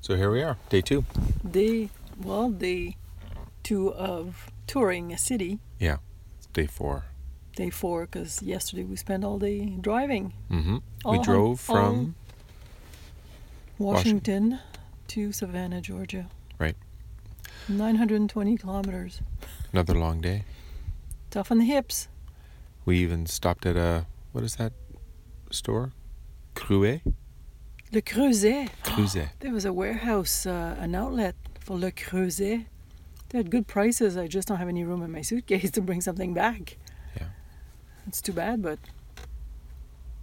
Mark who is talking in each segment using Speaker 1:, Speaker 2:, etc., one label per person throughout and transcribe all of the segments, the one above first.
Speaker 1: So here we are, day two.
Speaker 2: Day, well, day two of touring a city.
Speaker 1: Yeah, it's day four.
Speaker 2: Day four, because yesterday we spent all day driving.
Speaker 1: Mm-hmm. we
Speaker 2: All-
Speaker 1: drove from
Speaker 2: Washington to Savannah, Georgia.
Speaker 1: Right.
Speaker 2: 920 kilometers.
Speaker 1: another long day.
Speaker 2: Tough on the hips.
Speaker 1: We even stopped at a what is that store? Cruet.
Speaker 2: Le Creuset.
Speaker 1: Creuset.
Speaker 2: There was a warehouse, uh, an outlet for Le Creuset. They had good prices. I just don't have any room in my suitcase to bring something back.
Speaker 1: Yeah.
Speaker 2: It's too bad, but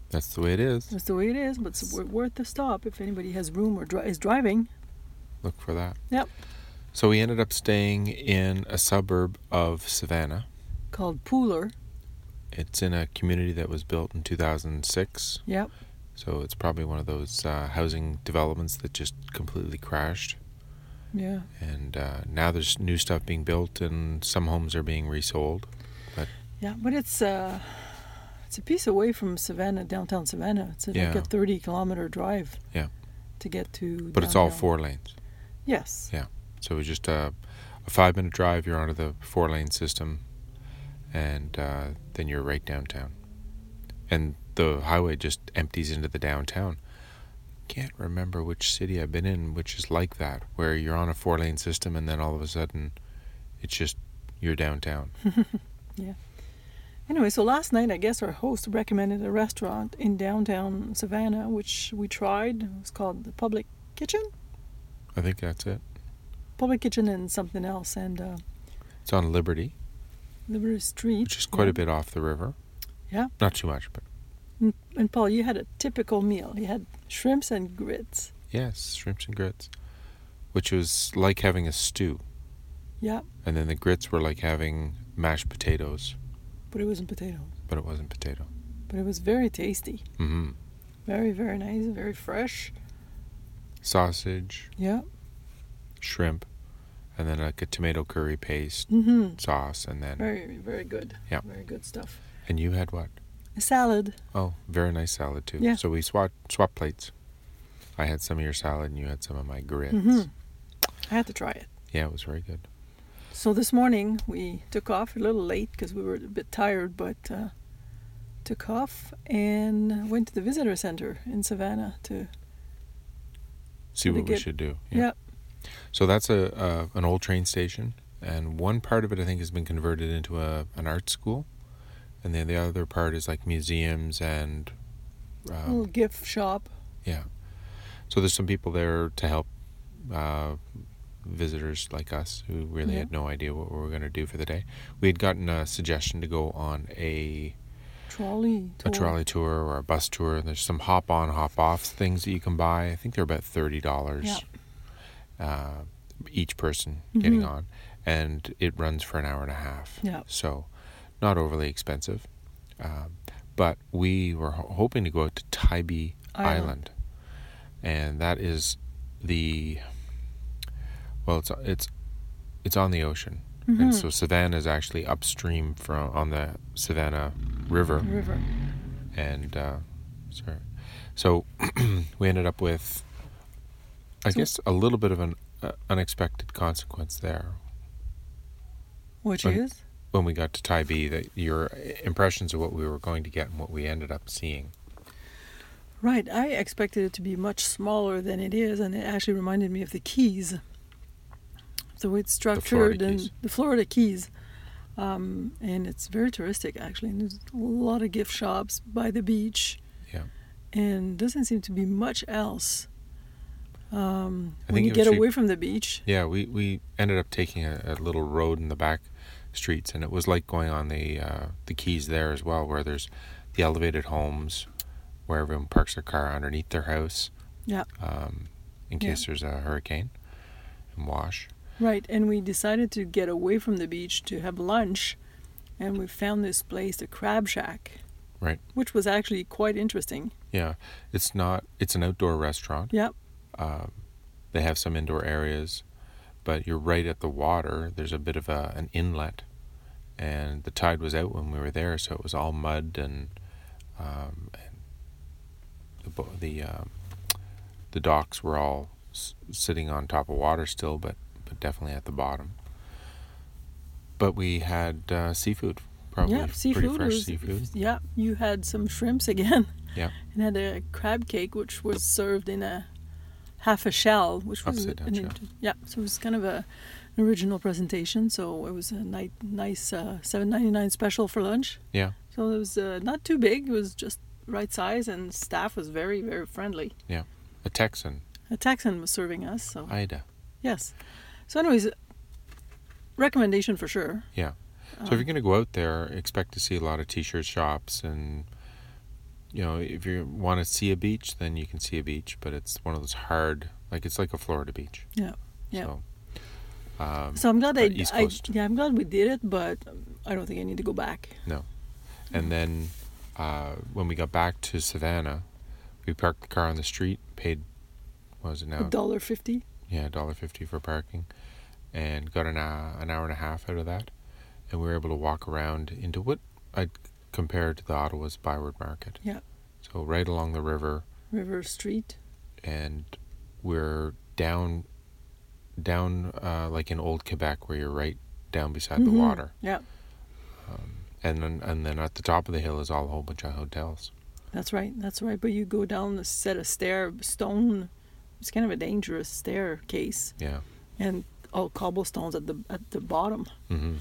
Speaker 1: That's the way it is.
Speaker 2: that's the way it is. But it's wor- worth the stop if anybody has room or dri- is driving.
Speaker 1: Look for that.
Speaker 2: Yep.
Speaker 1: So we ended up staying in a suburb of Savannah.
Speaker 2: Called Pooler.
Speaker 1: It's in a community that was built in 2006.
Speaker 2: Yep.
Speaker 1: So it's probably one of those uh, housing developments that just completely crashed.
Speaker 2: Yeah.
Speaker 1: And uh, now there's new stuff being built, and some homes are being resold.
Speaker 2: Yeah, but it's uh, it's a piece away from Savannah, downtown Savannah. It's like
Speaker 1: Yeah.
Speaker 2: a thirty kilometer drive.
Speaker 1: Yeah.
Speaker 2: To get to.
Speaker 1: But it's all
Speaker 2: downtown.
Speaker 1: four lanes.
Speaker 2: Yes.
Speaker 1: So it was just a, a five minute drive. You're onto the four lane system, and uh, then you're right downtown. And the highway just empties into the downtown. Can't remember which city I've been in, which is like that, where you're on a four lane system, and then all of a sudden, it's just you're downtown.
Speaker 2: Anyway, so last night I guess our host recommended a restaurant in downtown Savannah, which we tried. It was called the Public Kitchen,
Speaker 1: I think that's it.
Speaker 2: Public Kitchen, and something else, and uh,
Speaker 1: It's on Liberty,
Speaker 2: Liberty Street.
Speaker 1: which is quite
Speaker 2: yeah.
Speaker 1: a bit off the river.
Speaker 2: Yeah.
Speaker 1: Not too much, but
Speaker 2: And, and Paul, you had a typical meal. You had shrimps and grits.
Speaker 1: yes, shrimps and grits, which was like having a stew.
Speaker 2: Yeah,
Speaker 1: And then the grits were like having mashed potatoes.
Speaker 2: but it wasn't potato.
Speaker 1: but it wasn't potato.
Speaker 2: But it was very tasty.
Speaker 1: Mm-hmm.
Speaker 2: Very, very nice. Very fresh.
Speaker 1: Sausage,
Speaker 2: Yeah.
Speaker 1: shrimp, and then like a tomato curry paste
Speaker 2: Mm-hmm.
Speaker 1: sauce, and then
Speaker 2: Very, very good.
Speaker 1: Yeah.
Speaker 2: Very good stuff.
Speaker 1: and you had what?
Speaker 2: A salad.
Speaker 1: Oh, very nice salad too.
Speaker 2: Yeah.
Speaker 1: So we swap swap plates. I had some of your salad, and you had some of my grits.
Speaker 2: Mhm. I had to try it.
Speaker 1: Yeah, it was very good.
Speaker 2: So this morning we took off a little late because we were a bit tired, but uh, took off and went to the visitor center in Savannah to
Speaker 1: See
Speaker 2: Did it
Speaker 1: what we
Speaker 2: get-
Speaker 1: should do.
Speaker 2: yeah.
Speaker 1: So that's a, a an old train station, and one part of it I think has been converted into a an art school, and then the other part is like museums and. Um,
Speaker 2: little gift shop.
Speaker 1: Yeah. So there's some people there to help uh, visitors like us who really
Speaker 2: Yeah.
Speaker 1: had no idea what we were going to do for the day. We had gotten a suggestion to go on a
Speaker 2: Trolley. Tour.
Speaker 1: a trolley tour or a bus tour. There's some hop on, hop off things that you can buy. I think they're about thirty dollars uh, each person getting
Speaker 2: Mhm.
Speaker 1: on, and it runs for an hour and a half.
Speaker 2: Yeah.
Speaker 1: So, not overly expensive. Um, but we were ho- hoping to go out to Tybee Island.
Speaker 2: Island.
Speaker 1: and that is the well, it's it's it's on the ocean,
Speaker 2: Mhm.
Speaker 1: and so Savannah is actually upstream from on the Savannah River,
Speaker 2: River.
Speaker 1: and uh, sorry, so we ended up with, I
Speaker 2: So-
Speaker 1: guess, a little bit of an uh, unexpected consequence there
Speaker 2: Which
Speaker 1: Right.
Speaker 2: is
Speaker 1: when we got to Tybee. That your impressions of what we were going to get and what we ended up seeing.
Speaker 2: right. I expected it to be much smaller than it is, and it actually reminded me of the Keys. The way it's structured and
Speaker 1: Keys.
Speaker 2: the Florida Keys. Um, and it's very touristic actually. And there's a lot of gift shops by the beach.
Speaker 1: Yeah.
Speaker 2: and doesn't seem to be much else. Um,
Speaker 1: I
Speaker 2: when
Speaker 1: think
Speaker 2: you
Speaker 1: it
Speaker 2: get
Speaker 1: was re-
Speaker 2: away from the beach,
Speaker 1: Yeah, we, we ended up taking a, a little road in the back streets, and it was like going on the uh, the keys there as well, where there's the elevated homes, where everyone parks their car underneath their house,
Speaker 2: Yeah.
Speaker 1: um, in
Speaker 2: Yeah.
Speaker 1: case there's a hurricane, and wash.
Speaker 2: right? And we decided to get away from the beach to have lunch, and we found this place, the Crab Shack,
Speaker 1: Right.
Speaker 2: Which was actually quite interesting.
Speaker 1: Yeah, it's not. It's an outdoor restaurant.
Speaker 2: Yep.
Speaker 1: Um, they have some indoor areas, but you're right at the water. There's a bit of a, an inlet, and the tide was out when we were there, so it was all mud and, um, and the bo- the um, the docks were all s- sitting on top of water still, but but definitely at the bottom. But we had uh, seafood, probably
Speaker 2: yeah,
Speaker 1: f-
Speaker 2: seafood.
Speaker 1: pretty fresh
Speaker 2: was-
Speaker 1: seafood.
Speaker 2: Yeah, you had some shrimps again.
Speaker 1: Yeah.
Speaker 2: And had a crab cake, which was served in a half a shell, which was
Speaker 1: Upside down shell.
Speaker 2: int- yeah. So it was kind of a an original presentation. So it was a ni- nice uh, seven ninety nine special for lunch.
Speaker 1: Yeah,
Speaker 2: So it was uh, not too big. It was just right size, and staff was very very friendly.
Speaker 1: a Texan,
Speaker 2: A Texan was serving us. So
Speaker 1: Ida.
Speaker 2: yes. So anyways, recommendation for sure.
Speaker 1: Yeah. So if
Speaker 2: Um,
Speaker 1: you're going to go out there, expect to see a lot of t-shirt shops and you know, if you want to see a beach, then you can see a beach, but it's one of those hard like it's like a Florida beach.
Speaker 2: Yeah. Yeah.
Speaker 1: So um
Speaker 2: So I'm glad
Speaker 1: Uh,
Speaker 2: I,
Speaker 1: East
Speaker 2: I-
Speaker 1: Coast.
Speaker 2: yeah, I'm glad we did it, but um, I don't think I need to go back.
Speaker 1: and then uh when we got back to Savannah, we parked the car on the street, paid what was it
Speaker 2: A
Speaker 1: now?
Speaker 2: dollar fifty.
Speaker 1: Yeah, $1.50 for parking and got an hour, an hour and a half out of that. And we were able to walk around into what I'd compare to the Ottawa's Byward Market.
Speaker 2: Yeah.
Speaker 1: So right along the river
Speaker 2: River Street.
Speaker 1: and we're down down uh, like in old Quebec where you're right down beside the
Speaker 2: Mhm.
Speaker 1: water. Um,
Speaker 2: Yeah,
Speaker 1: And then and then at the top of the hill is all a whole bunch of hotels.
Speaker 2: that's right. That's right. But you go down a set of stair stone. It's kind of a dangerous staircase,
Speaker 1: Yeah.
Speaker 2: and all cobblestones at the at the bottom.
Speaker 1: Mhm.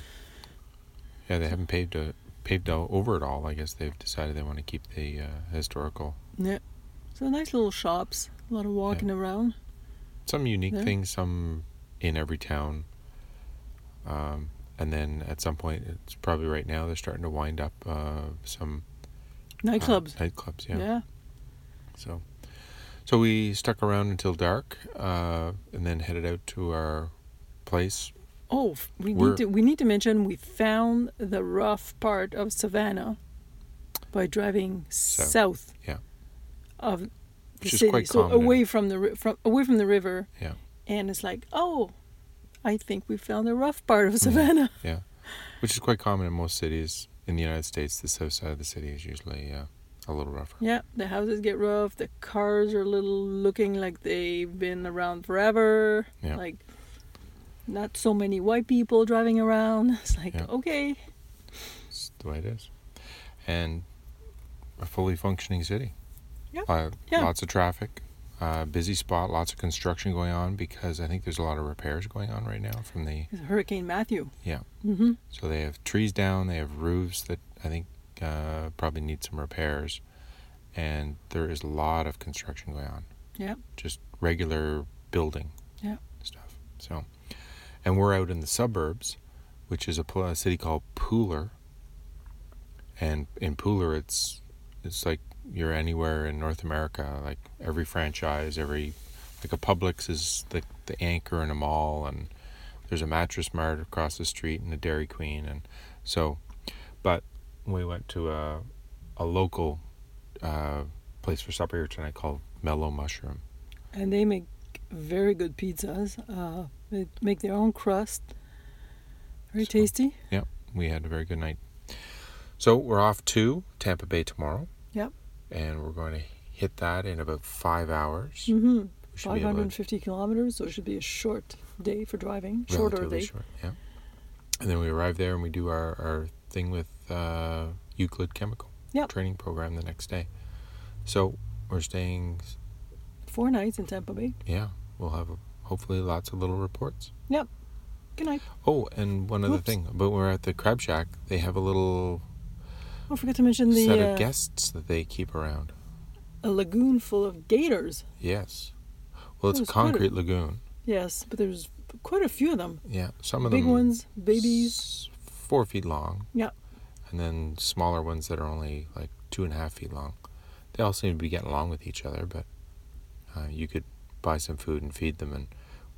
Speaker 1: Yeah, they haven't paved a paved o- over it all. I guess they've decided they want to keep the uh, historical
Speaker 2: Yeah. So nice little shops. A lot of walking around.
Speaker 1: some unique
Speaker 2: There.
Speaker 1: things, some in every town. Um, and then at some point, it's probably right now, they're starting to wind up uh, some uh,
Speaker 2: Nightclubs.
Speaker 1: nightclubs,
Speaker 2: yeah.
Speaker 1: So, so we stuck around until dark, uh, and then headed out to our place.
Speaker 2: Oh, f- we
Speaker 1: We're-
Speaker 2: need to we need to mention we found the rough part of Savannah by driving
Speaker 1: South,
Speaker 2: south.
Speaker 1: yeah.
Speaker 2: Of the
Speaker 1: Which is
Speaker 2: city,
Speaker 1: quite
Speaker 2: so
Speaker 1: common in-
Speaker 2: away from the ri- from away from the river.
Speaker 1: Yeah.
Speaker 2: And it's like, oh, I think we found the rough part
Speaker 1: Mm.
Speaker 2: of Savannah.
Speaker 1: Yeah, which is quite common in most cities in the United States. The south side of the city is usually uh, a little rougher.
Speaker 2: Yeah, the houses get rough. The cars are little looking like they've been around forever.
Speaker 1: Yeah.
Speaker 2: Like, not so many white people driving around. It's like,
Speaker 1: Yeah.
Speaker 2: okay,
Speaker 1: It's the way it is, and a fully functioning city.
Speaker 2: Yeah.
Speaker 1: Uh,
Speaker 2: Yeah.
Speaker 1: Lots of traffic, uh, busy spot, lots of construction going on because I think there's a lot of repairs going on right now from the
Speaker 2: it's Hurricane Matthew.
Speaker 1: Yeah.
Speaker 2: Mm-hmm.
Speaker 1: So they have trees down, they have roofs that I think uh, probably need some repairs, and there is a lot of construction going on.
Speaker 2: Yeah.
Speaker 1: Just regular building.
Speaker 2: Yeah.
Speaker 1: Stuff. So, and we're out in the suburbs, which is a, pl- a city called Pooler. And in Pooler, it's it's like you're anywhere in North America. Like every franchise, every like a Publix is the the anchor in a mall, and there's a mattress mart across the street and a Dairy Queen, and so. But we went to a a local uh, place for supper here tonight called Mellow Mushroom.
Speaker 2: and they make very good pizzas. Uh, they make their own crust, very
Speaker 1: So-
Speaker 2: tasty.
Speaker 1: We had a very good night. So we're off to Tampa Bay tomorrow.
Speaker 2: Yep.
Speaker 1: And we're going to hit that in about five hours.
Speaker 2: hmm
Speaker 1: We should be able to-
Speaker 2: 550 kilometers, so it should be a short day for driving. Shorter
Speaker 1: relatively
Speaker 2: day.
Speaker 1: short, yeah. And then we arrive there and we do our, our thing with uh, Euclid Chemical
Speaker 2: Yep.
Speaker 1: training program the next day. So we're staying,
Speaker 2: Four nights in Tampa Bay.
Speaker 1: yeah, we'll have hopefully lots of little reports.
Speaker 2: Good night.
Speaker 1: Oh, and one other
Speaker 2: Whoops.
Speaker 1: thing, but we're at the Crab Shack. They have a little
Speaker 2: Don't forget to mention
Speaker 1: set
Speaker 2: the
Speaker 1: of
Speaker 2: uh,
Speaker 1: guests that they keep around.
Speaker 2: a lagoon full of gators.
Speaker 1: Yes. Well, it's a
Speaker 2: Those critters.
Speaker 1: concrete lagoon.
Speaker 2: Yes, but there's quite a few of them.
Speaker 1: Yeah, some of
Speaker 2: Big
Speaker 1: them
Speaker 2: ones, babies.
Speaker 1: s- four feet long.
Speaker 2: Yeah.
Speaker 1: and then smaller ones that are only like two and a half feet long. They all seem to be getting along with each other, but uh, you could buy some food and feed them. And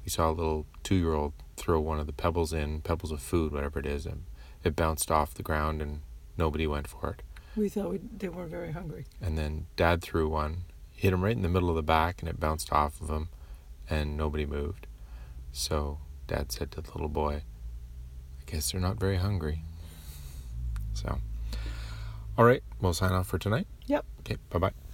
Speaker 1: we saw a little two-year-old throw one of the pebbles in, pebbles of food, whatever it is, and it bounced off the ground, and nobody went for it.
Speaker 2: We thought we, they weren't very hungry.
Speaker 1: And then Dad threw one, hit him right in the middle of the back, and it bounced off of him, and nobody moved. So Dad said to the little boy, I guess they're not very hungry. So, all right, we'll sign off for tonight.
Speaker 2: Yep.
Speaker 1: Okay, bye bye.